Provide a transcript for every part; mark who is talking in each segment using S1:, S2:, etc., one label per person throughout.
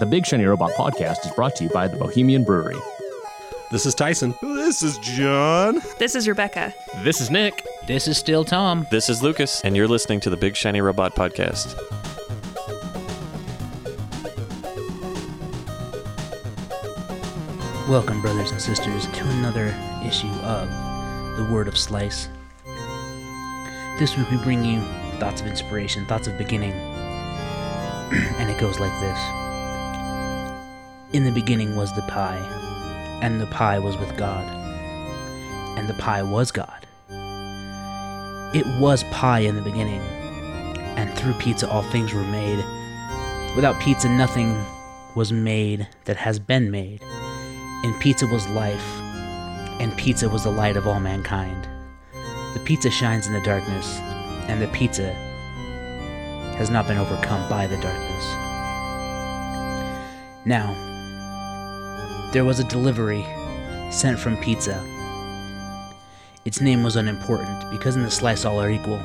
S1: The Big Shiny Robot podcast is brought to you by the Bohemian Brewery.
S2: This is Tyson.
S3: This is John.
S4: This is Rebecca.
S1: This is Nick.
S5: This is still Tom.
S6: This is Lucas, and you're listening to the Big Shiny Robot Podcast.
S5: Welcome, brothers and sisters, to another issue of The Word of Slice. This week we bring you thoughts of inspiration, thoughts of beginning, and it goes like this In the beginning was the pie, and the pie was with God, and the pie was God. It was pie in the beginning, and through pizza all things were made. Without pizza, nothing was made that has been made. And pizza was life, and pizza was the light of all mankind. The pizza shines in the darkness, and the pizza has not been overcome by the darkness. Now, there was a delivery sent from pizza. Its name was unimportant because in the slice all are equal.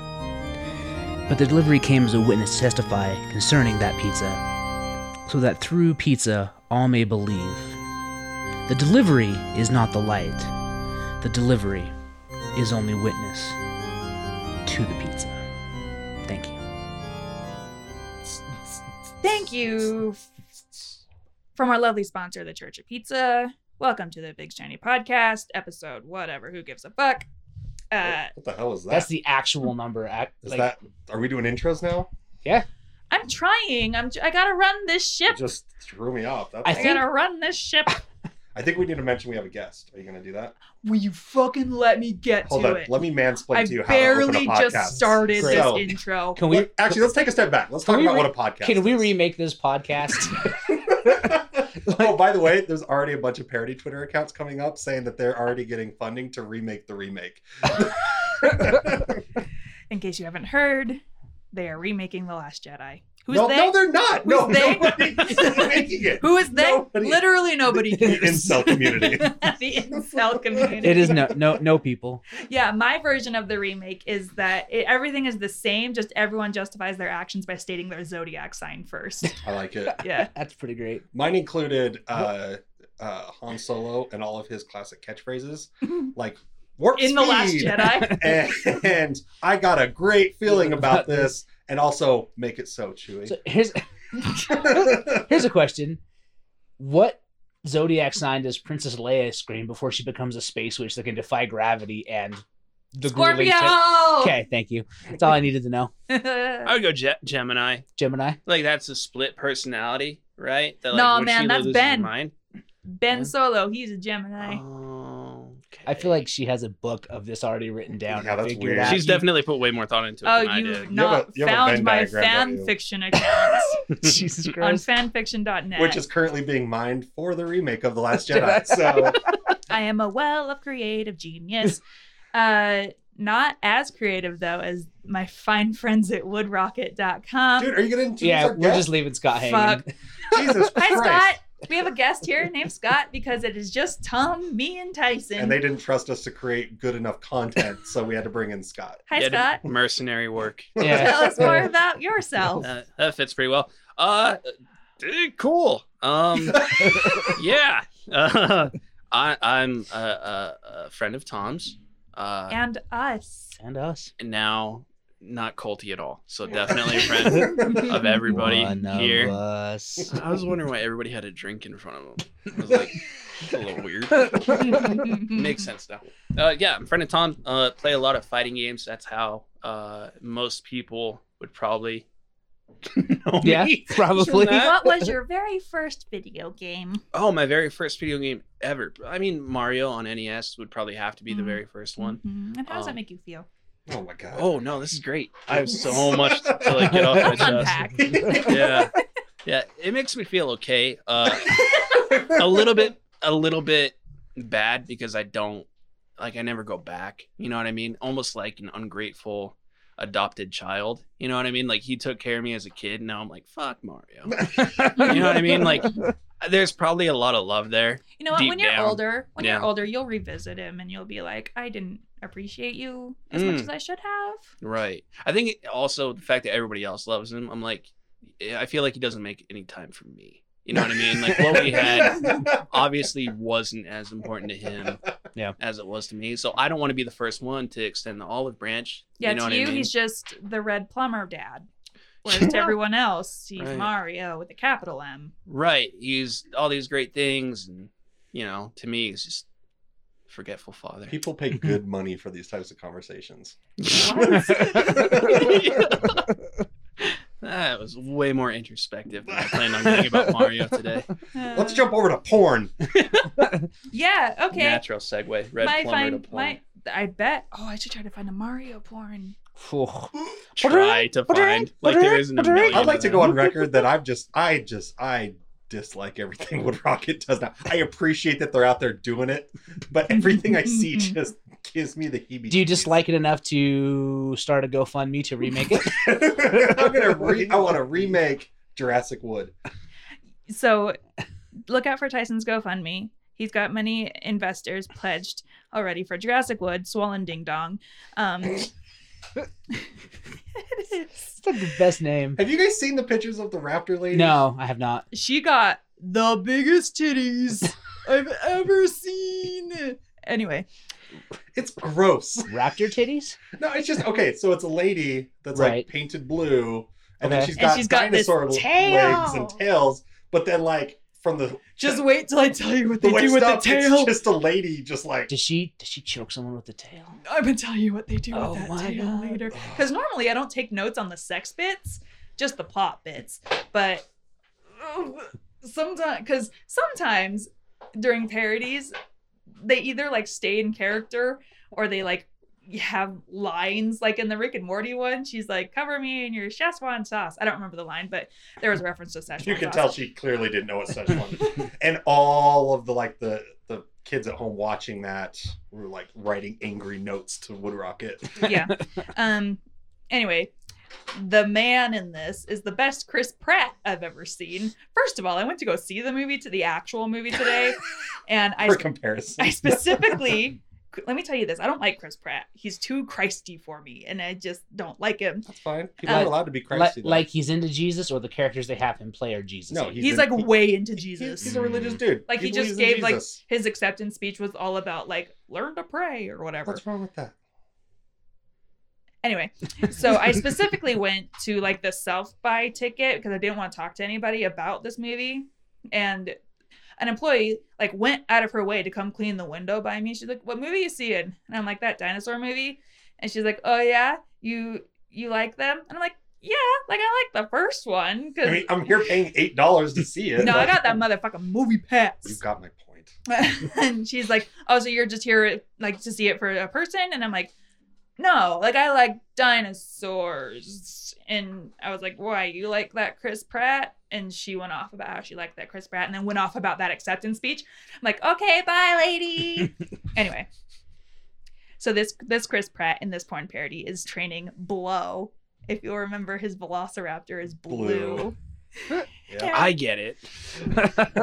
S5: But the delivery came as a witness to testify concerning that pizza, so that through pizza all may believe. The delivery is not the light, the delivery is only witness to the pizza. Thank you.
S4: Thank you from our lovely sponsor, the Church of Pizza. Welcome to the Big Shiny Podcast episode, whatever. Who gives a fuck? Uh,
S2: What the hell is that?
S7: That's the actual number. Act,
S2: Is
S7: like,
S2: that? Are we doing intros now?
S4: I'm trying. I'm. I gotta run this
S2: It
S4: ship.
S2: just threw me off. That's,
S7: I
S4: I,
S7: think-
S4: gotta run this ship.
S2: I think we need to mention we have a guest. Are you going to do that?
S4: Will you fucking let me get
S2: Hold
S4: to
S2: on.
S4: it?
S2: Let me mansplain
S4: I
S2: to you how
S4: barely
S2: to open a podcast.
S4: just started
S2: Great.
S4: this
S2: So-
S4: intro.
S7: Can we?
S2: Let- actually, let's take a step back. Let's
S7: Can
S2: talk
S7: we
S2: about
S7: re-
S2: what a podcast.
S7: Can we
S2: is.
S7: remake this podcast?
S2: oh, by the way, there's already a bunch of parody Twitter accounts coming up saying that they're already getting funding to remake the remake.
S4: In case you haven't heard, they are remaking The Last Jedi. Who's
S2: no,
S4: they?
S2: no, they're not. no,
S4: Who's they?
S2: nobody's making it.
S4: Who is they?
S2: Nobody.
S4: Literally nobody
S2: The
S4: cares.
S2: incel community.
S4: the incel community.
S5: It is no, no, no people.
S4: Yeah, my version of the remake is that it, everything is the same, just everyone justifies their actions by stating their zodiac sign first.
S2: I like it.
S4: Yeah.
S7: That's pretty great.
S2: Mine included uh, uh, Han Solo and all of his classic catchphrases, like warp
S4: In The Last
S2: speed,"
S4: Jedi.
S2: And, I got a great feeling about this, and also make it so chewy.
S7: So here's here's a question: What zodiac sign does Princess Leia scream before she becomes a space witch that can defy gravity and the grueling
S4: Scorpio!
S7: tip- Okay, thank you. That's all I needed to know.
S5: I would go Ge- Gemini.
S7: Gemini.
S5: Like that's a split personality, right? That,
S4: No,
S5: when
S4: man,
S5: she
S4: that's
S5: loses her
S4: Ben.
S5: Mind.
S4: ben Solo, he's a Gemini.
S5: Oh, okay.
S7: I feel like she has a book of this already written down.
S2: Yeah, that's
S7: Figured
S2: weird.
S7: out-
S5: she's definitely put way more thought into it
S4: Oh,
S5: than I
S4: you've
S5: did.
S4: not
S2: have a- you have a
S4: found
S2: Venn
S4: my
S2: diagram, don't you?
S4: fanfiction accounts
S7: Jesus
S4: on
S7: Christ.
S4: fanfiction.net.
S2: Which is currently being mined for the remake of The Last Jedi. So
S4: I am a well of creative genius. uh, not as creative, though, as my fine friends at woodrocket.com.
S2: dude, are you gonna introduce
S7: Yeah,
S2: our
S7: we're
S2: guest?
S7: just leaving Scott hanging.
S4: Fuck.
S2: Jesus Christ.
S4: Hi, Scott. We have a guest here named Scott because it is just Tom, me, and Tyson.
S2: And they didn't trust us to create good enough content, so we had to bring in Scott.
S4: Hi,
S5: Yeah,
S4: Scott.
S5: did Mercenary work.
S7: Yeah.
S4: Tell us more about
S7: Oh.
S4: yourself.
S5: Uh, that fits pretty well. Uh, eh, cool. Um, yeah. Uh, I, I'm a, a, a friend of Tom's. Uh,
S4: And us.
S7: And us.
S5: and now not culty at all. So definitely a friend of everybody
S7: One of
S5: here.
S7: us.
S5: I was wondering why everybody had a drink in front of them. I was like, "That's a little weird. Makes sense now. Uh, yeah, I'm friend of Tom. Uh, play a lot of fighting games. That's how uh, most people would probably know
S7: Yeah,
S5: me.
S7: probably.
S5: From that.
S4: What was your very first video game?
S5: Oh, my very first video game ever. I mean, Mario on NES would probably have to be the
S4: Mhm.
S5: very first one.
S4: Mhm. And how does
S5: Um,
S4: that make you feel?
S2: Oh my god.
S5: Oh no, this is great. I have so much to like get off my
S4: Let's
S5: chest.
S4: unpack.
S5: Yeah, yeah. It makes me feel okay. Uh, a little bit a little bit bad because I don't like I never go back. You know what I mean? Almost like an ungrateful adopted child. You know what I mean? Like he took care of me as a kid and now I'm like, fuck Mario. you know what I mean? Like there's probably a lot of love there.
S4: You know what?
S5: Deep
S4: When you're
S5: down.
S4: older, when
S5: Yeah.
S4: you're older, you'll revisit him and you'll be like, I didn't appreciate you as much
S5: Mm.
S4: as I should have.
S5: Right. I think also the fact that everybody else loves him, I'm like I feel like he doesn't make any time for me. You know what I mean? Like what we had obviously wasn't as important to him
S7: Yeah.
S5: as it was to me. So I don't want to be the first one to extend the olive branch.
S4: Yeah,
S5: you know
S4: to
S5: what
S4: you,
S5: I mean?
S4: he's just the red plumber dad. Whereas to everyone else, he's
S5: Right.
S4: Mario with a capital M.
S5: right. He's all these great things and you know, to me he's just forgetful father.
S2: People pay good money for these types of conversations.
S5: That was way more introspective than I planned on getting about Mario today.
S2: Let's
S4: Uh,
S2: jump over to porn.
S4: Yeah, okay.
S5: Natural segue. Red
S4: my
S5: plumber to
S4: find
S5: plumber.
S4: my I bet. Oh, I should try to find a Mario porn.
S5: Try to find. Like there isn't a million.
S2: I'd like to
S5: of
S2: go
S5: them.
S2: on record that I've just, I just, I dislike everything Wood Rocket does now. I appreciate that they're out there doing it, but everything I see just gives me the heebie.
S7: Do you dislike it enough to start a GoFundMe to remake it?
S2: I'm gonna. Re- I want to remake Jurassic Wood.
S4: So look out for Tyson's GoFundMe. He's got many investors pledged already for Jurassic Wood, Swollen Ding Dong. Um, it is.
S7: it's like the best name.
S2: Have you guys seen the pictures of the raptor lady?
S7: No, I have not.
S4: She got the biggest titties I've ever seen. Anyway,
S2: it's gross.
S7: Raptor titties?
S2: No, it's just okay. So it's a lady that's
S7: Right.
S2: like painted blue, and
S7: Okay.
S2: then she's
S4: And
S2: got
S4: she's got this
S2: dinosaur
S4: tail.
S2: legs and tails. But then, like from the
S4: just wait till I tell you what they
S2: the
S4: do
S2: waist
S4: with the
S2: up, it's
S4: tail.
S2: just a lady, just like
S7: Does she does she choke someone with the tail?
S4: I'm gonna tell you what they do
S7: Oh
S4: with that
S7: my
S4: tail
S7: God.
S4: later. Because normally I don't take notes on the sex bits, just the plot bits. But sometimes, because sometimes during parodies, they either like stay in character or they like have lines like in the Rick and Morty one. She's like, "Cover me in your Szechuan sauce." I don't remember the line, but there was a reference to Szechuan.
S2: you can
S4: sauce.
S2: tell she clearly didn't know what such one. and all of the like the the kids at home watching that were like writing angry notes to Wood Rocket.
S4: yeah. Um. Anyway, the man in this is the best Chris Pratt I've ever seen. First of all, I went to go see the movie to the actual movie today, and I
S2: for comparison.
S4: I specifically. Let me tell you this. I don't like Chris Pratt. He's too Christy for me, and I just don't like him.
S2: That's fine. People
S4: Uh,
S2: aren't allowed to be
S7: Like,
S2: crazy.
S7: like he's into Jesus or the characters they have him play are Jesus.
S2: No,
S4: He's,
S2: He's in-
S4: like
S2: he-
S4: way into
S2: he's,
S4: Jesus.
S2: he's a religious dude.
S4: Like, he just
S2: believes in
S4: gave, like,
S2: Jesus.
S4: His acceptance speech was all about like learn to pray or whatever.
S2: What's wrong with that?
S4: anyway so i specifically went to like the self buy ticket because i didn't want to talk to anybody about this movie and an employee like went out of her way to come clean the window by me she's like what movie you seeing and i'm like that dinosaur movie and she's like oh yeah you you like them and i'm like yeah like i like the first one because
S2: I mean, I'm here paying eight dollars to see it.
S4: no i got
S2: Like,
S4: that motherfucking movie
S2: You
S4: pass
S2: got my point.
S4: and she's like, "Oh, so you're just here like to see it for a person?" And I'm like, "No, like I like dinosaurs." And I was like, "Why you like that Chris Pratt?" And she went off about how she liked that Chris Pratt, and then went off about that acceptance speech. I'm like, "Okay, bye, lady." anyway, so this this Chris Pratt in this porn parody is training Blow. If you'll remember, his Velociraptor is blue.
S2: Blue. Yeah.
S4: Yeah.
S5: I get it.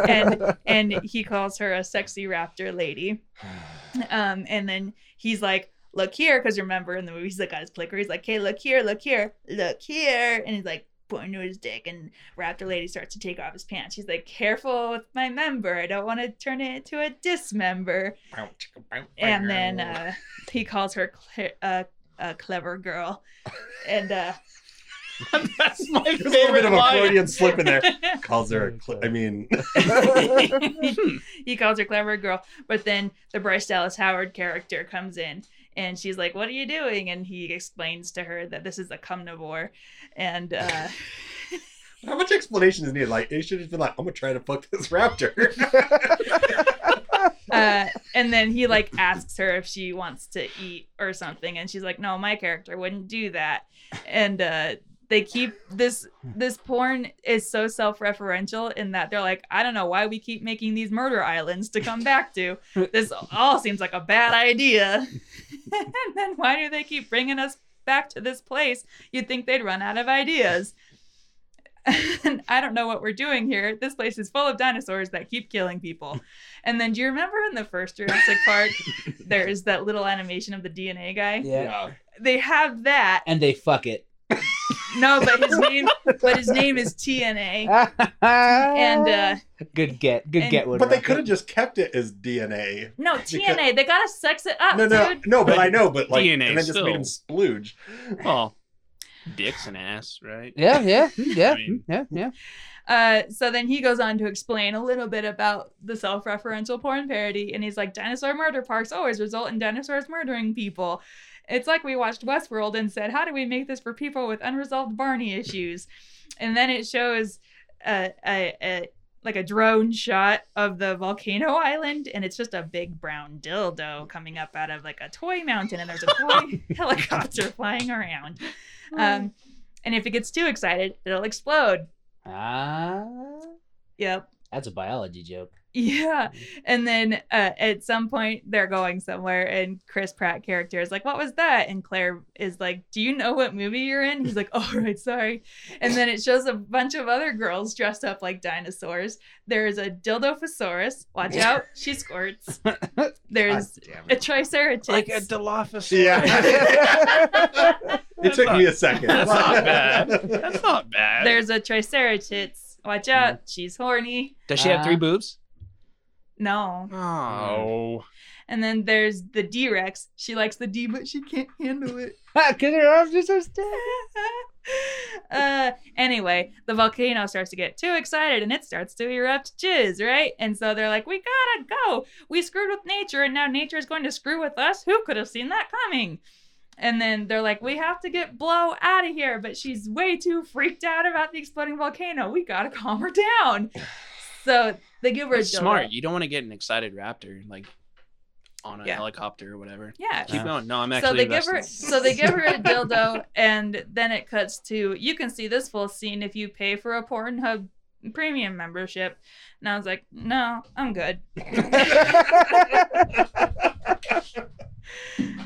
S4: and and he calls her a sexy raptor lady. Um, and then he's like, "Look here," because remember in the movie he's like got his clicker. He's like, "Hey, look here, look here, look here," and he's like pointing to his dick, and raptor lady starts to take off his pants. She's like, "Careful with my member. I don't want to turn it into a dismember."
S2: Bow, chicka, bow,
S4: And then
S2: bow.
S4: uh, he calls her cle- uh, a clever girl, and uh,
S5: That's my
S2: There's a little bit
S5: favorite
S2: of a
S5: line.
S2: Freudian slip in there. Calls her. a Cl- I mean,
S4: he calls her clever girl, but then the Bryce Dallas Howard character comes in and she's like, "What are you doing?" And he explains to her that this is a cumnivore, and uh,
S2: how much explanation is needed? Like, it should have been like, I'm gonna try to fuck this raptor.
S4: uh, and then he like asks her if she wants to eat or something, and she's like, "No, my character wouldn't do that," and. Uh, they keep this this porn is so self-referential in that they're like i don't know why we keep making these murder islands to come back to this all seems like a bad idea and then why do they keep bringing us back to this place you'd think they'd run out of ideas and i don't know what we're doing here this place is full of dinosaurs that keep killing people and then do you remember in the first jurassic park there's that little animation of the dna guy
S7: Yeah.
S2: Yeah.
S4: they have that
S7: And they fuck it.
S4: No, but his name, but his name is TNA, and
S7: and
S4: uh,
S7: good get, good
S4: and-
S7: get.
S2: But they could have just kept it as DNA.
S4: no TNA. They gotta sex it up,
S2: No, no,
S4: dude.
S2: no. But
S5: But
S2: I know. But like,
S5: DNA
S2: and then just
S5: still.
S2: made him splooge.
S5: Well, dicks and ass, right?
S7: Yeah, yeah, mm, yeah,
S5: I mean-
S7: mm, yeah, yeah.
S4: Uh, so then he goes on to explain a little bit about the self-referential porn parody, and he's like, dinosaur murder parks always result in dinosaurs murdering people. It's like we watched Westworld and said, how do we make this for people with unresolved Barney issues? And then it shows a, a, a like a drone shot of the volcano island, and it's just a big brown dildo coming up out of like a toy mountain, and there's a toy helicopter flying around. Um, and if it gets too excited, it'll explode.
S7: Ah,
S4: Yep.
S7: that's a biology joke.
S4: Yeah.
S5: Mm-hmm.
S4: And then uh, at some point they're going somewhere and Chris Pratt character is like, What was that? And Claire is like, Do you know what movie you're in? He's like, Oh right, sorry. And then it shows a bunch of other girls dressed up like dinosaurs. There is a dildophosaurus. Watch out, she squirts. There's a triceratops.
S5: Like a Dilophosaurus.
S2: Yeah. it took me a second.
S5: That's not bad. That's not bad.
S4: There's a triceratops. Watch out,
S5: Mm-hmm.
S4: she's horny.
S5: Does she have three
S7: Uh,
S5: boobs?
S4: No.
S5: Oh.
S4: And then there's the D Rex. She likes the D, but she can't handle it.
S7: Because your arms are so stiff.
S4: uh, anyway, the volcano starts to get too excited and it starts to erupt jizz, right? And so they're like, we gotta go. We screwed with nature and now nature is going to screw with us. Who could have seen that coming? And then they're like, we have to get Blow out of here, but she's way too freaked out about the exploding volcano. We gotta calm her down. So they give her a
S5: That's
S4: dildo.
S5: smart. You don't want to get an excited raptor like on a
S4: Yeah.
S5: helicopter or whatever.
S4: Yeah.
S5: Keep going. No, I'm actually
S4: so they give her
S5: invested.
S4: so they give her a dildo and then it cuts to you can see this full scene if you pay for a Pornhub premium membership. And I was like, no, I'm good.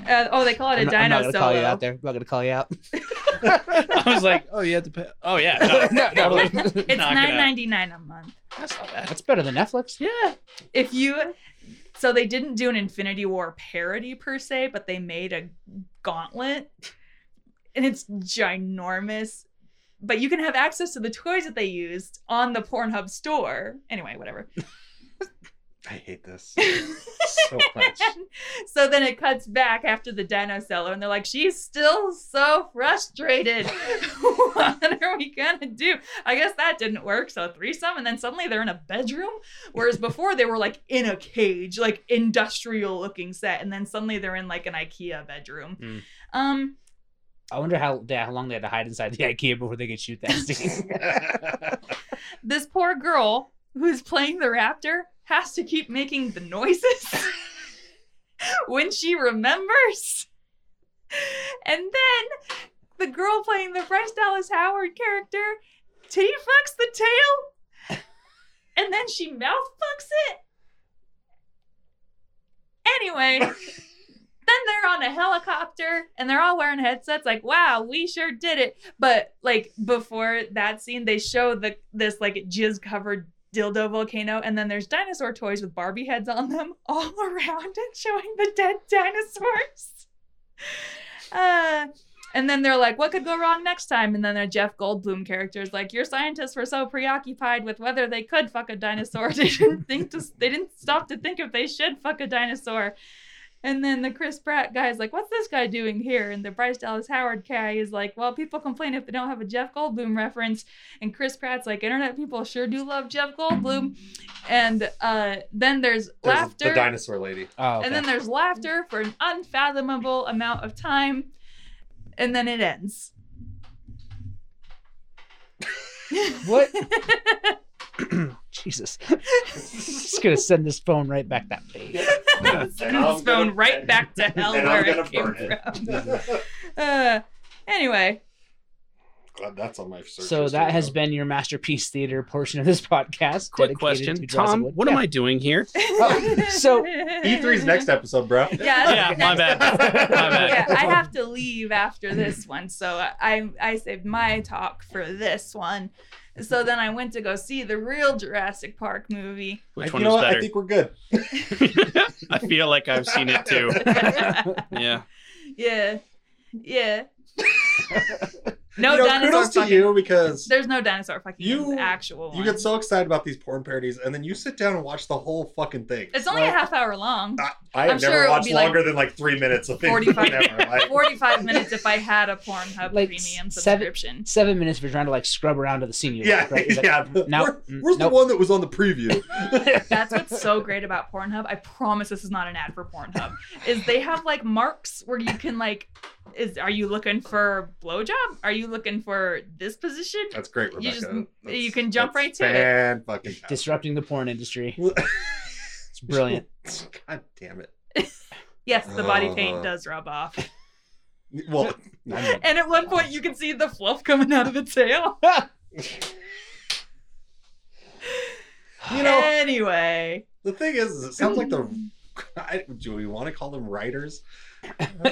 S4: Uh, oh, they call it a
S7: I'm not, I'm
S4: dino
S7: not gonna
S4: solo.
S7: call you out there. I'm not gonna call you out.
S5: I was like, oh, you have to pay. Oh yeah. No,
S7: no, no,
S4: It's
S5: Knock it out.
S4: nine ninety nine a month.
S5: That's not bad.
S7: that's better than Netflix.
S4: Yeah. If you so they didn't do an Infinity War parody per se, but they made a gauntlet. And it's ginormous. But you can have access to the toys that they used on the Pornhub store. Anyway, whatever.
S2: I hate this so much.
S4: so then it cuts back after the dino cellar, and they're like, she's still so frustrated. what are we gonna do? I guess that didn't work. So threesome, and then suddenly they're in a bedroom. Whereas before they were like in a cage, like industrial looking set, and then suddenly they're in like an IKEA bedroom.
S5: Hmm.
S4: Um,
S7: I wonder how yeah, how long they had to hide inside the IKEA before they could shoot that scene.
S4: this poor girl who's playing the raptor has to keep making the noises when she remembers. And then the girl playing the Bryce Dallas Howard character titty fucks the tail. And then she mouth fucks it. Anyway, then they're on a helicopter and they're all wearing headsets like, wow, we sure did it. But like before that scene, they show the this like jizz covered dildo volcano, and then there's dinosaur toys with Barbie heads on them all around and showing the dead dinosaurs. Uh, and then they're like, what could go wrong next time? And then their Jeff Goldblum character is like, your scientists were so preoccupied with whether they could fuck a dinosaur, they didn't think to, they didn't stop to think if they should fuck a dinosaur. And then the Chris Pratt guy is like, what's this guy doing here? And the Bryce Dallas Howard guy is like, well, people complain if they don't have a Jeff Goldblum reference. And Chris Pratt's like, internet people sure do love Jeff Goldblum. And uh, then there's,
S2: There's
S4: laughter.
S2: the dinosaur lady.
S7: Oh, okay.
S4: And then there's laughter for an unfathomable amount of time. And then it ends.
S7: what? Jesus, just gonna send this phone right back that way.
S4: Send this phone right back to hell
S2: and
S4: where
S2: I'm gonna
S4: it came
S2: burn it.
S4: from. Uh, anyway,
S2: God, that's on my search.
S7: So that has been your masterpiece theater portion of this podcast. dedicated
S5: Quick
S7: to
S5: question,
S7: Jaws of
S5: Tom.
S7: Wood.
S5: What am
S7: Yeah.
S5: I doing here?
S7: Oh, so-
S2: E3's E next episode, bro.
S4: Yeah, that's-
S5: Yeah, my bad. My bad.
S4: yeah, I have to leave after this one, so I I saved my talk for this one. So then I went to go see the real Jurassic Park movie.
S5: Which
S2: you
S5: one
S2: know what?
S5: was better?
S2: I think we're good.
S5: I feel like I've seen it too. Yeah.
S4: yeah, yeah. No
S2: you know,
S4: dinosaur
S2: kudos to
S4: fucking-
S2: you because
S4: There's no dinosaur fucking
S2: You-
S4: in the actual
S2: you
S4: one.
S2: get so excited about these porn parodies, and then you sit down and watch the whole fucking thing.
S4: It's only
S2: Like,
S4: a half hour long.
S2: I, I have
S4: I'm
S2: never
S4: sure it would
S2: watched
S4: be like
S2: longer than like three minutes of it.
S4: 45
S2: Never. Like,
S4: 45 minutes if I had a Pornhub
S7: Like
S4: premium
S7: seven-
S4: subscription.
S7: Seven minutes if you're trying to like scrub around to the scene you
S2: yeah,
S7: like, right? It's like,
S2: yeah.
S7: no,
S2: Where-
S7: mm,
S2: where's
S7: nope.
S2: the one that was on the preview?
S4: That's what's so great about Pornhub. I promise this is not an ad for Pornhub. Is they have like marks where you can like is are you looking for blowjob? Are you looking for this position?
S2: That's great, Rebecca.
S4: You just-
S2: That's-
S4: you can jump
S2: that's
S4: right to it.
S2: fan Fucking
S7: disrupting the porn industry.
S2: Well-
S7: It's brilliant.
S2: God damn it.
S4: Yes, the body paint
S2: Uh.
S4: does rub off.
S2: Well, I'm-
S4: And at one point you can see the fluff coming out of the tail.
S2: you know,
S4: anyway.
S2: the thing is, is it sounds like the. I, do we want to call them writers?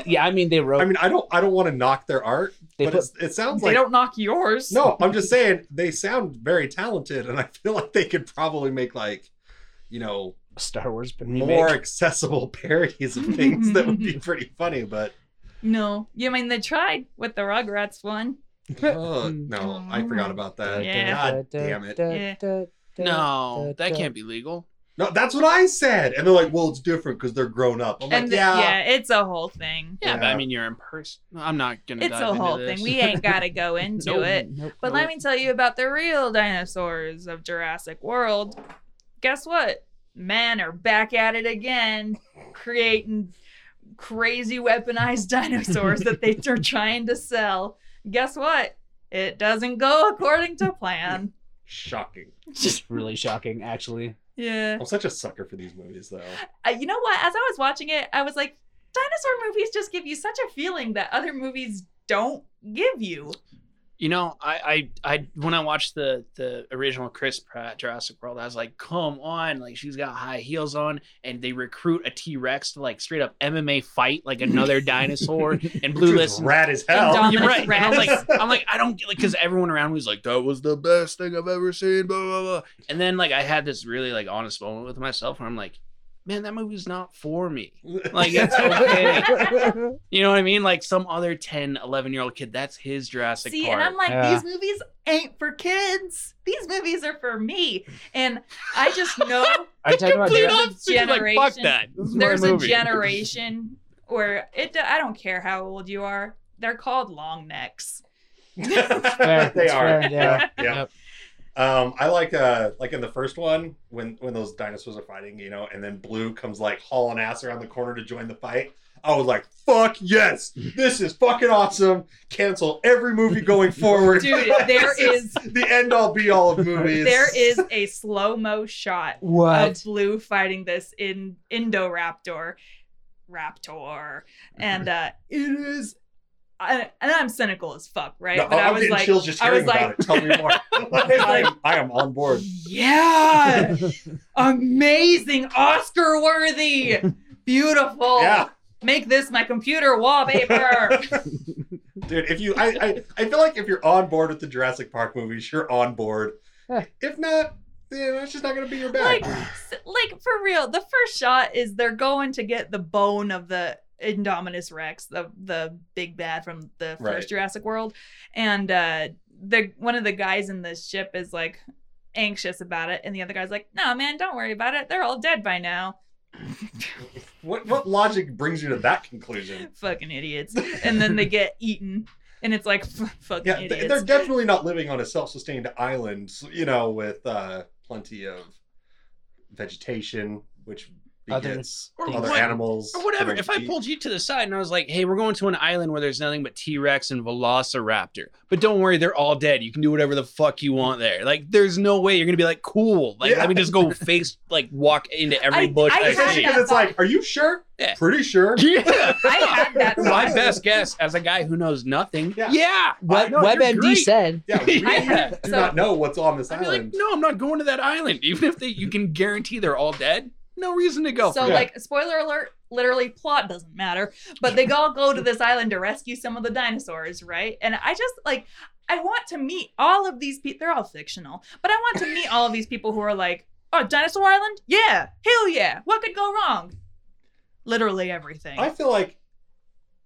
S7: yeah, I mean they wrote.
S2: I mean, I don't. I don't want to knock their art,
S7: they
S2: but
S7: put,
S2: it's, it sounds
S4: They
S2: like
S4: don't knock yours.
S2: No, I'm just saying they sound very talented, and I feel like they could probably make like, you know,
S7: Star Wars remake.
S2: more accessible parodies of things that would be pretty funny. But
S4: No. You mean they tried with the Rugrats one?
S2: uh, no, I forgot about that.
S4: Yeah.
S2: God damn it!
S5: No, that can't be legal.
S2: No, that's what I said, and they're like, "Well, it's different because they're grown up." I'm like,
S4: and the-
S2: yeah,
S4: it's a whole thing.
S5: Yeah, but
S2: Yeah.
S5: I mean, you're in person. I'm not gonna.
S4: It's a
S5: dive into
S4: whole
S5: this.
S4: thing. We ain't got to go into
S5: Nope.
S4: it. But let me tell you about the real dinosaurs of Jurassic World. Guess what? Men are back at it again, creating crazy weaponized dinosaurs that they are trying to sell. Guess what? It doesn't go according to plan.
S2: shocking.
S7: Just really shocking, actually.
S4: Yeah.
S2: I'm such a sucker for these movies, though.
S4: Uh, you know what? As I was watching it, I was like, dinosaur movies just give you such a feeling that other movies don't give you.
S5: You know, I, I, I, when I watched the the original Chris Pratt Jurassic World, I was like, come on, like she's got high heels on, and they recruit a T Rex to like straight up MMA fight like another dinosaur, and Blue
S2: Which was
S5: List.
S2: rad as hell.
S4: Dom-
S5: You're right. And I'm
S4: Rats.
S5: like, I'm like, I don't get like, because everyone around me was like, that was the best thing I've ever seen, blah blah blah. And then like, I had this really like honest moment with myself where I'm like, man, that movie's not for me. Like it's okay. you know what I mean? Like some other 10, 11 year old kid, that's his Jurassic
S4: See,
S5: Park.
S4: and I'm like,
S7: Yeah.
S4: these movies ain't for kids. These movies are for me. And I just know
S7: Are you talking about
S5: complete
S4: there's
S7: Jura-
S4: a
S5: opposite. You're Like,
S4: generation-
S5: fuck that. This is my
S4: there's a
S5: movie.
S4: generation where it. I don't care how old you are. They're called long necks.
S7: fair,
S2: they
S7: it's
S2: are.
S7: fair,
S2: yeah.
S7: yeah.
S2: yeah. Um, I like uh like in the first one when when those dinosaurs are fighting, you know, and then Blue comes like hauling ass around the corner to join the fight. I was like, "Fuck yes, this is fucking awesome!" Cancel every movie going forward,
S4: Dude, there is
S2: the end all be all of movies.
S4: there is a slow mo shot of
S7: what?
S4: Blue fighting this in Indoraptor, Raptor, and
S5: Mm-hmm.
S4: uh, it is. I, and I'm cynical as fuck, right?
S2: No, I'm getting chills just hearing about it. Tell me more. I, am, I am on board.
S4: Yeah. Amazing. Oscar worthy. Beautiful.
S2: Yeah.
S4: Make this my computer wallpaper.
S2: Dude, if you, I, I, I feel like if you're on board with the Jurassic Park movies, you're on board.
S7: Yeah.
S2: If not, yeah, that's just not gonna be your bag.
S4: like, s- like for real. The first shot is they're going to get the bone of the Indominus Rex, the the big bad from the first
S2: Right.
S4: Jurassic World, and uh, the one of the guys in the ship is like anxious about it, and the other guy's like, "No, man, don't worry about it. They're all dead by now."
S2: what, what logic brings you to that conclusion?
S4: fucking idiots. And then they get eaten, and it's like "F- fucking
S2: Yeah, th-
S4: idiots.
S2: they're definitely not living on a self-sustained island, you know, with uh, plenty of vegetation, which
S7: Other
S2: begets
S5: Or
S2: other,
S5: what-
S2: animals
S5: Or whatever.
S2: you know,
S5: If I
S2: eat.
S5: pulled you to the side and I was like, hey, we're going to an island where there's nothing but T Rex and Velociraptor. But don't worry, they're all dead. You can do whatever the fuck you want there. Like, there's no way you're going to be like, cool. Like,
S2: Yeah.
S5: let me just go face, like, walk into every
S4: I-
S5: bush
S4: I
S5: I,
S4: had
S5: see.
S2: Especially 'cause it's like, are you sure?
S5: Yeah.
S2: Pretty sure.
S5: Yeah.
S4: I had that.
S5: My best guess as a guy who knows nothing.
S2: Yeah.
S5: Yeah.
S7: Web,
S5: No, you're
S7: WebMD
S5: great.
S7: said.
S2: Yeah, we
S5: I
S2: do
S5: had-
S2: not know what's on this
S5: I'd be like,
S2: island.
S5: no, I'm not going to that island. Even if they, you can guarantee they're all dead, no reason to go.
S4: So,
S5: for it.
S4: like, spoiler alert. Literally, plot doesn't matter, but they all go to this island to rescue some of the dinosaurs, right? And I just like, I want to meet all of these people. They're all fictional, but I want to meet all of these people who are like, "Oh, Dinosaur Island? Yeah, hell yeah! What could go wrong? Literally everything."
S2: I feel like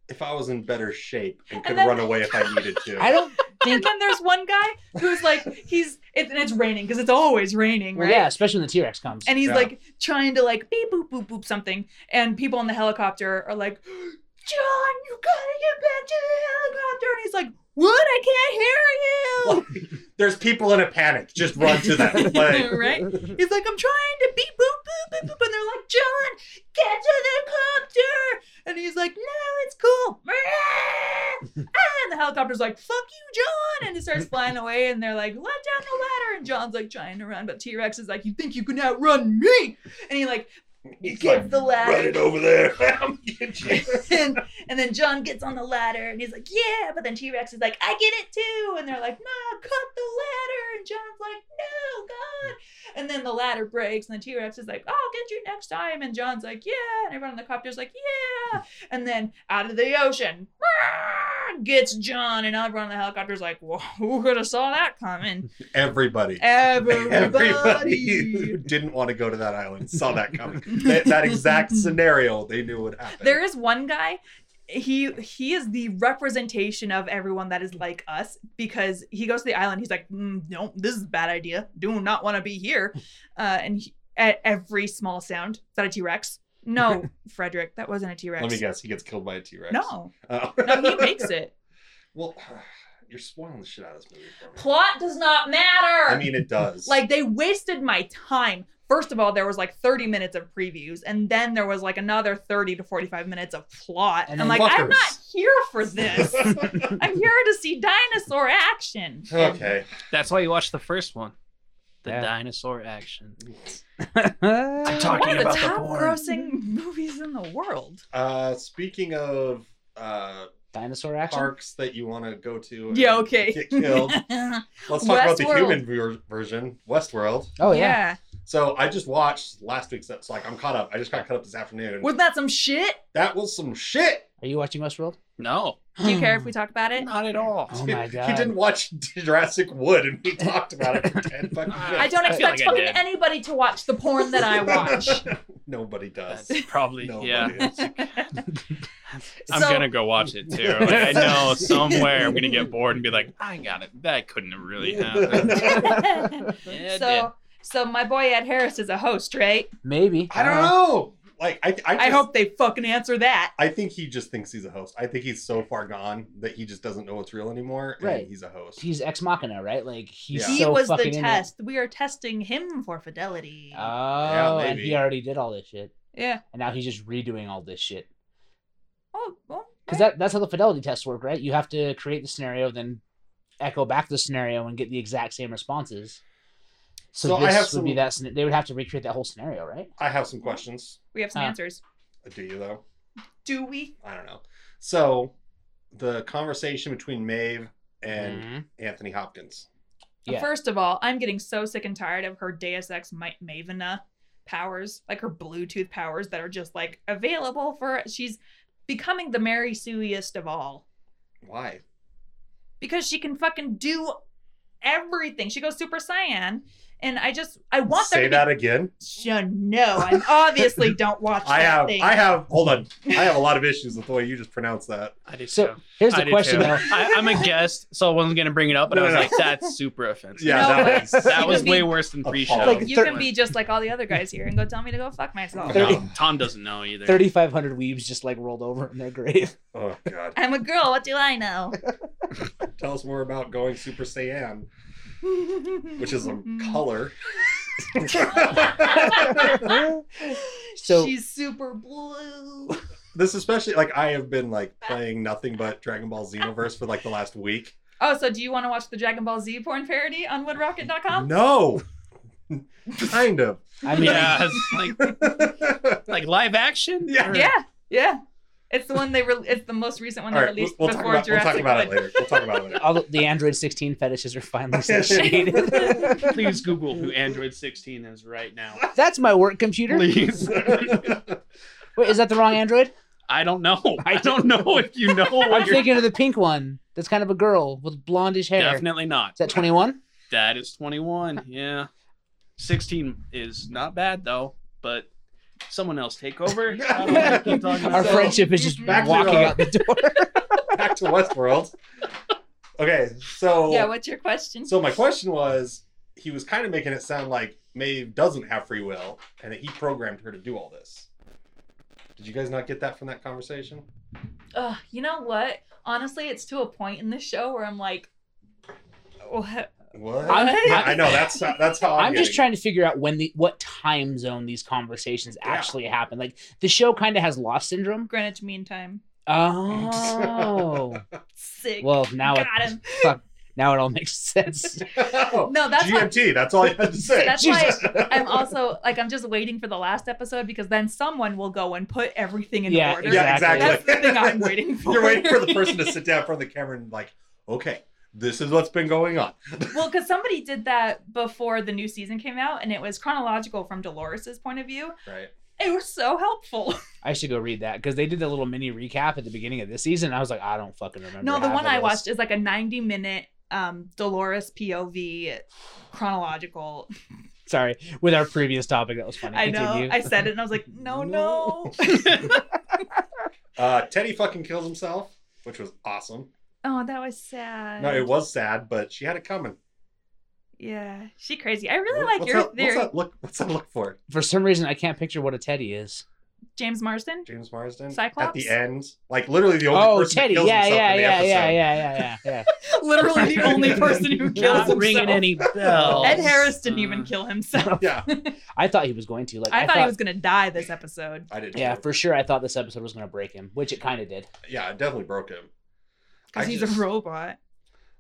S2: if I was in better shape and could
S4: then-
S2: run away if I needed to.
S7: I don't
S4: And
S7: think.
S4: then there's one guy who's like, he's it, and it's raining because it's always raining,
S7: Well,
S4: right?
S7: yeah, especially when the T Rex comes.
S4: And he's
S2: Yeah.
S4: like trying to like beep boop boop boop something, and people in the helicopter are like, John, you gotta get back to the helicopter, and he's like, What? I can't hear you.
S2: There's people in a panic. Just run to them. Like,
S4: right? He's like, I'm trying to beep boop boop boop boop, and they're like, John, get to the helicopter, and he's like, No, it's cool. And the helicopter's like, Fuck you, John, and it starts flying away, and they're like, Let down the ladder, and John's like trying to run, but T Rex is like, You think you can outrun me? And he like
S2: he's
S4: gets
S2: like,
S4: the
S2: run
S4: ladder.
S2: it over there. I'm getting you.
S4: and, and then John gets on the ladder and he's like, Yeah. But then T Rex is like, I get it too. And they're like, No, cut the ladder. And John's like, No, God. And then the ladder breaks and the T Rex is like, I'll get you next time. And John's like, Yeah. And everyone on the copter's like, Yeah. And then out of the ocean gets John. And everyone on the helicopter's like, Whoa, who could have saw that coming?
S2: Everybody. Everybody
S4: Everybody.
S2: who didn't want to go to that island saw that coming. that, that exact scenario, they knew would happen.
S4: There is one guy. He he is the representation of everyone that is like us because he goes to the island. He's like, mm, no, this is a bad idea. Do not want to be here. Uh, and he, at every small sound, is that a T Rex? No, Frederick, that wasn't a T Rex.
S2: Let me guess. He gets killed by a T Rex.
S4: No,
S2: Oh.
S4: no, he makes it.
S2: Well, you're spoiling the shit out of this movie. For me.
S4: Plot does not matter.
S2: I mean, it does.
S4: Like they wasted my time. First of all, there was like 30 minutes of previews, and then there was like another 30 to 45 minutes of plot.
S7: And
S4: I'm
S7: then
S4: like, I'm
S2: fuckers.
S4: not here for this. I'm here to see dinosaur action.
S2: okay.
S5: That's why you watched the first one. The
S7: Yeah.
S5: dinosaur action.
S7: I'm
S5: talking
S4: One of the
S5: about the
S4: top
S5: porn.
S4: grossing movies in the world.
S2: Uh, speaking of uh,
S7: dinosaur action.
S2: parks that you want to go to, and
S4: Yeah, okay.
S2: Get killed. Let's talk about the
S4: Westworld.
S2: human ver- version, Westworld.
S7: Oh yeah.
S2: So I just watched last week's. So like, I'm caught up. I just got caught up this afternoon.
S4: Wasn't that some shit?
S2: that was some shit.
S7: Are you watching Westworld?
S5: No,
S4: Do you care if we talk about it?
S5: not at all.
S7: Oh my
S2: He
S7: god.
S2: didn't watch Jurassic Wood, and we talked about it for ten fucking minutes.
S4: I don't
S5: I feel
S4: expect
S5: like I
S4: fucking
S5: did.
S4: anybody to watch the porn that I watch.
S2: Nobody does.
S5: That's probably
S2: Nobody
S5: yeah.
S2: is.
S4: So-
S5: I'm gonna go watch it too. Like, I know somewhere I'm gonna get bored and be like, I got it. That couldn't have really happened. Yeah, it did.
S4: so, so my boy Ed Harris is a host, right?
S7: Maybe. Uh,
S2: I don't know. Like, I, I,
S4: I
S2: just-
S4: hope they fucking answer that.
S2: I think he just thinks he's a host. I think he's so far gone that he just doesn't know what's real anymore. and
S7: Right.
S2: He's a host.
S7: He's ex machina, right? Like he's
S2: Yeah.
S4: He
S7: so
S4: was the
S7: fucking in it.
S4: test. We are testing him for fidelity.
S7: Oh, and
S2: maybe.
S7: he already did all this shit,
S4: yeah.
S7: and now he's just redoing all this shit.
S4: Oh, well.
S7: Because that, that's how the fidelity tests work, right? You have to create the scenario, then echo back the scenario and get the exact same responses. So,
S2: So I
S7: this
S2: have
S7: would be
S2: some-
S7: that scen- they would have to recreate that whole scenario, right?
S2: I have some questions.
S4: We have some
S7: Huh.
S4: answers.
S2: Do you though?
S4: Do we?
S2: I don't know. So, the conversation between Maeve and
S5: Mm-hmm.
S7: Mhm.
S2: Anthony Hopkins.
S7: Yeah.
S4: First of all, I'm getting so sick and tired of her Deus Ex Ma- Mavena powers, like her Bluetooth powers that are just like available for. She's becoming the Mary Sueiest of all
S2: Why?
S4: because she can fucking do everything. She goes Super Saiyan, and I just I want
S2: Say
S4: there to
S2: that again.
S4: be. Yeah, no, I obviously don't watch.
S2: I
S4: that
S2: have.
S4: Thing.
S2: I have. Hold on. I have a lot of issues with the way you just pronounced that.
S5: I did
S7: So here's the
S5: I do
S7: question
S5: too.
S7: though.
S5: I, I'm a guest, so I wasn't gonna bring it up, but
S2: No,
S5: I was
S2: no, no.
S5: like, that's super offensive.
S2: Yeah,
S4: No,
S2: that was.
S5: that
S4: You
S5: was
S4: can be-
S5: way worse than pre show.
S2: Like,
S4: You can be just like all the other guys here and go tell me to go fuck myself.
S7: Thirty-
S5: Tom doesn't know either.
S7: Thirty five hundred weebs just like rolled over in their grave.
S2: Oh God.
S4: I'm a girl. What do I know?
S2: Tell us more about going Super Saiyan, which is a
S4: Mm-hmm.
S2: color.
S7: So-
S4: she's super blue.
S2: this especially like I have been like playing nothing but Dragon Ball Xenoverse for like the last week.
S4: Oh, so do you want to watch the Dragon Ball Z porn parody on woodrocket.com?
S2: No. kind of.
S7: I mean,
S5: yeah, it's like like live action.
S2: Yeah.
S5: Or-
S4: Yeah, yeah. It's the one they re- it's the most recent one
S2: All
S4: they
S2: right, we'll,
S4: released
S2: we'll talk
S4: before
S2: about we'll talk
S4: Jurassic
S2: about it
S4: World.
S2: later. We'll talk about it later.
S7: all the, the Android sixteen fetishes are finally satiated.
S5: Please Google who Android 16 is right now.
S7: That's my work computer.
S5: Please.
S7: Wait, is that the wrong Android?
S5: I don't know. I don't know if you know
S7: I'm
S5: what you're
S7: thinking of the pink one. That's kind of a girl with blondish hair.
S5: Definitely not.
S7: Is that twenty one?
S5: That is 21. Yeah. 16 is not bad though, but someone else take over. I don't wanna keep talking
S7: Our
S5: about-
S7: friendship is just
S2: Back to
S7: walking
S2: the-
S7: out the door.
S2: Back to Westworld. Okay, so
S4: Yeah, what's your question?
S2: Oh. so my question was, he was kind of making it sound like Maeve doesn't have free will, and that he programmed her to do all this. Did you guys not get that from that conversation?
S4: Ugh, you know what? Honestly, it's to a point in the show where I'm like, what?
S2: What?
S7: I'm-
S2: yeah, I know that's that's how I'm,
S7: I'm just
S2: getting.
S7: trying to figure out when the what time zone these conversations
S2: Yeah.
S7: actually happen. Like the show kind of has lost syndrome.
S4: Greenwich Mean Time.
S7: Oh,
S4: Sick.
S7: well now it
S4: Got him.
S7: now it all makes sense.
S4: No, that's why-
S2: GMT. That's all you had to say.
S4: That's why I'm also like I'm just waiting for the last episode because then someone will go and put everything in
S7: Yeah,
S4: order.
S2: Yeah, exactly.
S4: That's the thing I'm waiting for.
S2: You're waiting for the person to sit down in front of the camera and like, okay, this is what's been going on.
S4: Well, because somebody did that before the new season came out, and it was chronological from Dolores's point of view.
S2: Right.
S4: It was so helpful.
S7: I should go read that because they did a little mini recap at the beginning of this season. and I was like, I don't fucking remember.
S4: No, the
S7: half
S4: one
S7: of
S4: I
S7: this.
S4: watched is like a 90 minute um, Dolores POV chronological.
S7: Sorry, with our previous topic, that was funny.
S4: I know.
S7: Continue.
S4: I said it, and I was like, no, no.
S2: Uh, Teddy fucking kills himself, which was awesome.
S4: oh, that was sad.
S2: No, it was sad, but she had it coming.
S4: Yeah, she crazy. I really like
S2: what's
S4: your
S2: that,
S4: theory,
S2: What's that look? What's that look for?
S7: For some reason, I can't picture what a teddy is.
S4: James Marsden.
S2: James Marsden
S4: Cyclops?
S2: at the end, like literally the only
S7: Oh,
S2: person
S7: teddy!
S2: that kills
S7: Yeah,
S2: himself
S7: yeah,
S2: in the
S7: yeah, yeah,
S2: episode.
S7: yeah, yeah, yeah, yeah.
S4: Literally the only person who kills
S5: Not
S4: himself.
S5: ringing any bells. Uh,
S4: Ed Harris didn't even kill himself.
S2: Yeah,
S7: I thought he was going to. Like,
S4: Uh. I, thought, he was gonna die this episode.
S2: I did.
S7: Yeah,
S2: too.
S7: for sure. I thought this episode was going to break him, which it kind of did.
S2: yeah, it definitely broke him.
S4: Because
S2: I
S4: he's
S2: just-
S4: a robot.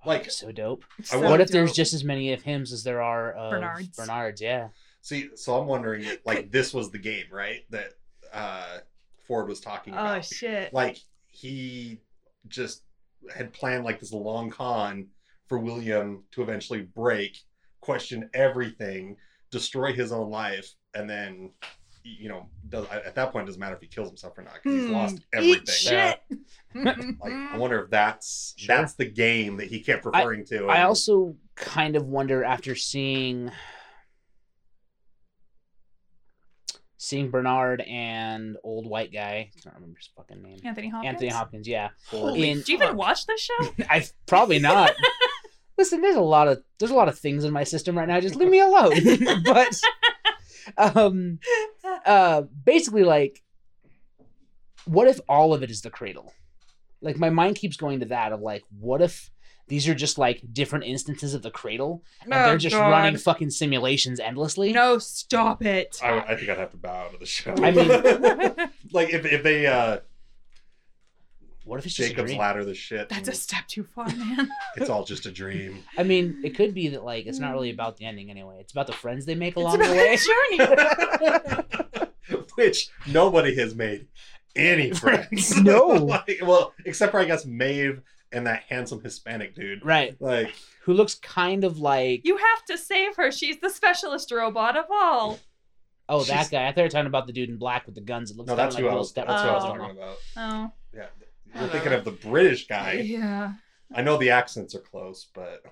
S2: Like,
S7: Oh, so dope.
S2: I
S4: So
S7: what if there's
S4: dope.
S7: just as many of hims as there are of
S4: Bernards.
S7: Bernards? yeah.
S2: see, so I'm wondering, like, this was the game, right? That uh Ford was talking
S4: Oh
S2: about.
S4: shit.
S2: like he just had planned like this long con for William to eventually break, question everything, destroy his own life, and then you know does, at that point it doesn't matter if he kills himself or not because he's
S4: Hmm.
S2: lost
S4: Eat
S2: everything.
S4: shit.
S2: Like
S4: Mm.
S2: I wonder if that's
S7: Sure.
S2: that's the game that he kept referring to.
S7: I
S2: and-
S7: also kind of wonder after seeing seeing Bernard and old white guy. I can't remember his fucking name.
S4: Anthony Hopkins.
S7: Anthony Hopkins. Yeah.
S4: Holy
S7: in-
S4: Do you even watch this show?
S7: I probably not. Listen, there's a lot of there's a lot of things in my system right now. Just leave me alone. but um uh basically like what if all of it is the cradle? Like my mind keeps going to that of like what if these are just like different instances of the cradle and they're just running fucking simulations endlessly?
S4: Oh, No, stop it.
S2: I, I think I'd have to bow out of the show.
S7: I mean-
S2: like if, if they uh
S7: What if it's just a
S2: Jacob's
S7: dream?
S2: ladder the shit,
S4: That's a
S2: and
S4: step too far, man.
S2: it's all just a dream.
S7: I mean, it could be that like it's not really about the ending anyway. It's about the friends they make along
S4: Mm. it's
S7: the
S4: about
S7: way.
S4: the journey.
S2: Which nobody has made any friends.
S7: No.
S2: Like, well, except for I guess Maeve and that handsome Hispanic dude.
S7: Right.
S2: Like
S7: Who looks kind of like
S4: You have to save her. She's the specialist robot of all.
S7: Oh,
S2: She's-
S7: that guy. I thought you were talking about the dude in black with the guns. It looks
S2: no, that's
S7: kinda like
S2: who I
S7: Will
S2: was. That's
S7: Step-
S2: who I was
S4: Oh.
S2: talking about.
S4: Oh.
S2: Yeah, you're
S4: Hello.
S2: thinking of the British guy.
S4: Yeah.
S2: I know the accents are close, but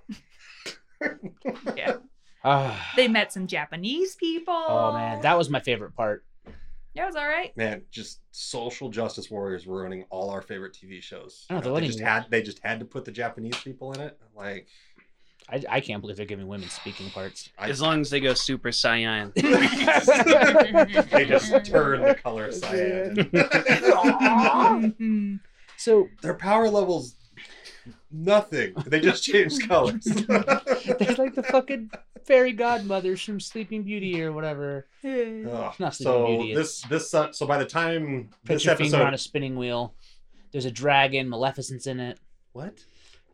S7: Ah.
S4: They met some Japanese people.
S7: oh man, that was my favorite part.
S4: Yeah, it was all right.
S2: man, just social justice warriors ruining all our favorite TV shows.
S7: Oh, they're
S2: they
S7: letting-
S2: just had they just had to put the Japanese people in it. Like
S7: I, I can't believe they're giving women speaking parts.
S5: As long as they go super cyan.
S2: they just turned the color cyan. Oh.
S4: Mhm.
S7: So
S2: Their power levels nothing. They just changed colors.
S7: there's like the fucking fairy godmothers from Sleeping Beauty or whatever.
S2: Ugh.
S7: Not Sleeping
S2: so
S7: Beauty,
S2: this this sucks. So by the time
S7: Put
S2: this
S7: your finger on a
S2: episode,
S7: spinning wheel. There's a dragon. Maleficent's in it.
S2: what?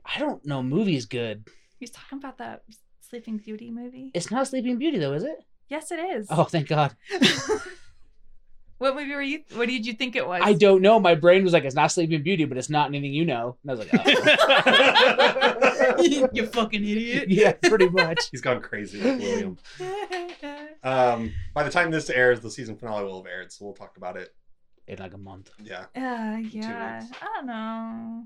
S7: I don't know. Movie's good.
S4: He's talking about that Sleeping Beauty movie.
S7: It's not Sleeping Beauty though, is it?
S4: Yes, it is.
S7: Oh, thank God.
S4: What movie were you? What did you think it was?
S7: I don't know. My brain was like, it's not Sleeping Beauty, but it's not anything you know. And I was like, oh.
S4: you fucking idiot.
S7: yeah, pretty much.
S2: He's gone crazy with William. Um, by the time this airs, the season finale will have aired, so we'll talk about it.
S7: In like a month.
S2: Yeah,
S4: Uh, yeah, I don't know.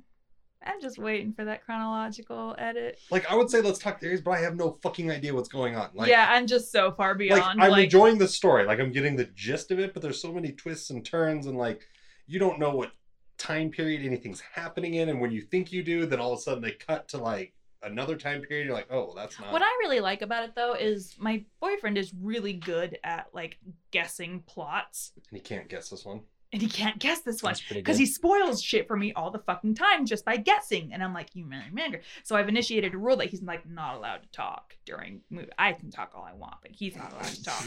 S4: I'm just waiting for that chronological edit.
S2: Like I would say let's talk theories, but I have no fucking idea what's going on. Like
S4: yeah, I'm just so far
S2: like
S4: beyond.
S2: I'm enjoying the story. Like I'm getting the gist of it, but there's so many twists and turns and like you don't know what time period anything's happening in and when you think you do, then all of a sudden they cut to like another time period you're like, "Oh, well, that's not."
S4: What I really like about it though is my boyfriend is really good at like guessing plots,
S2: and you can't guess this one.
S4: and he can't guess this one
S7: That's pretty
S4: because
S7: good.
S4: he spoils shit for me all the fucking time just by guessing. And I'm like, you merry manger. So I've initiated a rule that he's like not allowed to talk during movie. I can talk all I want, but he's not allowed to talk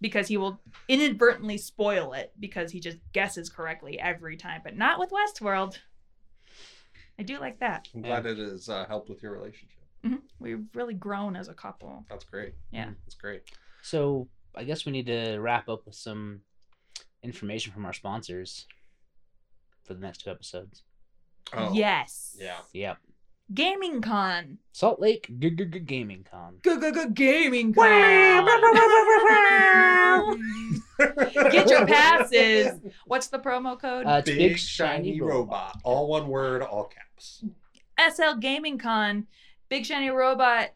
S4: because he will inadvertently spoil it because he just guesses correctly every time, but not with Westworld. I do like that.
S2: I'm glad it has uh, helped with your relationship.
S4: Mhm. We've really grown as a couple.
S2: That's great.
S4: Yeah.
S2: That's great.
S7: So I guess we need to wrap up with some information from our sponsors for the next two episodes.
S2: Oh.
S4: Yes.
S2: Yeah.
S7: Yep.
S4: Gaming Con.
S7: Salt Lake G- G- G- Gaming Con.
S4: Gaming Con. Get your passes. What's the promo code?
S7: Uh, it's
S2: Oh. Big, shiny, robot. All one word, all caps.
S4: SL Gaming Con, Big Shiny Robot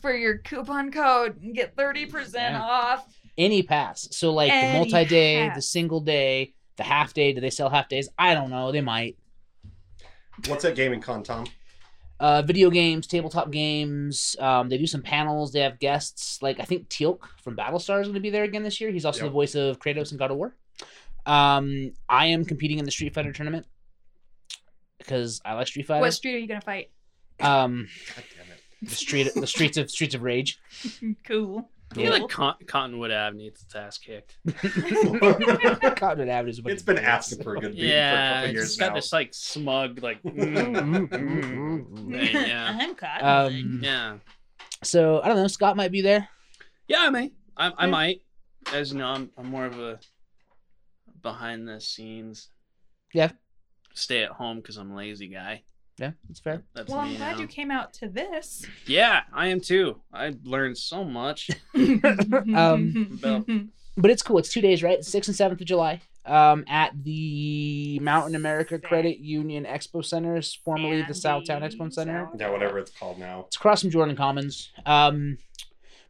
S4: for your coupon code and get 30%
S7: Yeah.
S4: off.
S7: Any pass. So like
S4: Any
S7: the multi-day, the
S4: pass.
S7: single day, the half day. Do they sell half days? I don't know. They might.
S2: What's that gaming con, Tom?
S7: Uh, video games, tabletop games. Um, they do some panels. They have guests. Like I think Teal'c from Battlestar is going to be there again this year. He's also
S2: Yep.
S7: the voice of Kratos in God of War. Um, I am competing in the Street Fighter tournament because I like Street Fighter.
S4: What street are you going to fight?
S7: um,
S2: God damn it.
S7: the street, the streets of Streets of Rage.
S4: Cool.
S5: I feel like Con- Cottonwood Ave needs its ass kicked.
S7: Cottonwood Avenue is a bunch
S2: it's
S7: of
S2: been
S7: nerds.
S2: asking for a good beat for a couple
S5: Yeah,
S2: years
S5: it's got
S2: now.
S5: this like smug, like
S7: Mm-hmm.
S5: mm, mm, yeah,
S4: I'm caught.
S7: Um,
S5: yeah,
S7: So I don't know. Scott might be there.
S5: yeah. I may, I, I
S4: Yeah.
S5: might. As you know, I'm, I'm more of a behind the scenes.
S7: Yeah.
S5: Stay at home because I'm a lazy guy.
S7: Yeah, that's fair.
S5: That's
S4: well,
S5: me
S4: I'm glad
S5: now.
S4: you came out to this.
S5: Yeah, I am too. I learned so much.
S4: um,
S7: But it's cool. It's two days, right? Sixth and seventh of July. Um, at the Mountain America
S4: Sick.
S7: Credit Union Expo Center, is formerly the Southtown Expo Center.
S2: Yeah, whatever it's called now.
S7: It's across from Jordan Commons. Um,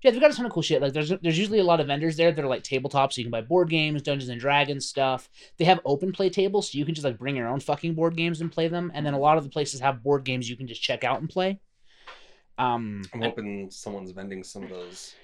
S7: yeah, they've got a ton of cool shit. Like there's there's usually a lot of vendors there that are like tabletops, so you can buy board games, Dungeons and Dragons stuff. They have open play tables, so you can just like bring your own fucking board games and play them. And then a lot of the places have board games you can just check out and play. Um,
S2: I'm hoping someone's vending some of those.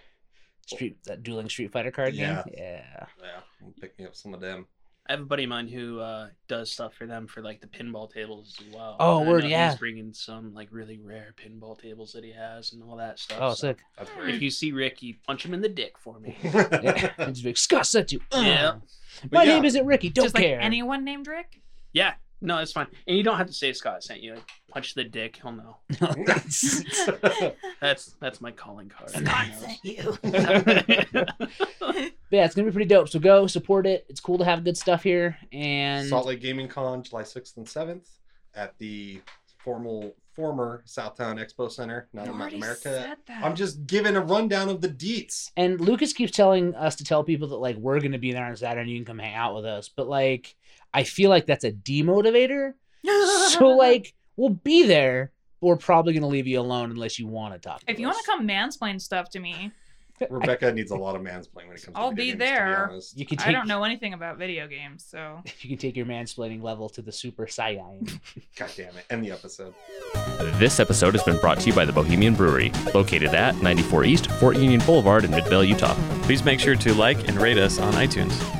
S7: street that dueling Street Fighter card
S2: Yeah.
S7: game. Yeah.
S2: Yeah, pick me up some of them.
S5: I have a buddy of mine who uh, does stuff for them for like the pinball tables as well.
S7: Oh,
S5: And I
S7: word,
S5: know
S7: yeah.
S5: He's bringing some like really rare pinball tables that he has and all that stuff.
S7: Oh,
S5: so
S7: sick.
S2: That's
S5: If
S2: great.
S5: you see Ricky, punch him in the dick for me.
S7: Yeah. And just be like, Scott sent you. Uh,
S5: Yeah.
S7: My
S2: But yeah.
S7: name isn't Ricky. Don't
S4: Just
S7: care.
S4: like anyone named Rick?
S5: yeah, no, it's fine. And you don't have to say Scott sent you. Like, punch the dick. He'll know. That's that's my calling card.
S4: Scott sent you.
S7: But yeah, it's gonna be pretty dope. So go support it. It's cool to have good stuff here. And
S2: Salt Lake Gaming Con, July 6th and 7th at the formal former Southtown Expo Center, now
S4: You
S2: in Mountain
S4: already
S2: America.
S4: said that.
S2: I'm just giving a rundown of the deets.
S7: and Lucas keeps telling us to tell people that like we're gonna be there on Saturday and you can come hang out with us. But like, I feel like that's a demotivator. so like, we'll be there. But we're probably gonna leave you alone unless you want to talk.
S4: if you want to come mansplain stuff to me,
S2: Rebecca needs a lot of mansplaining when it comes.
S4: I'll
S2: to video
S4: be
S2: games, to
S4: there.
S2: honest.
S7: you can take,
S4: I don't know anything about video games, so
S7: You can take your mansplaining level to the super saiyan.
S2: God damn it! End the episode.
S1: This episode has been brought to you by the Bohemian Brewery, located at 94 East, Fort Union Boulevard in Midvale, Utah.
S6: Please make sure to like and rate us on iTunes.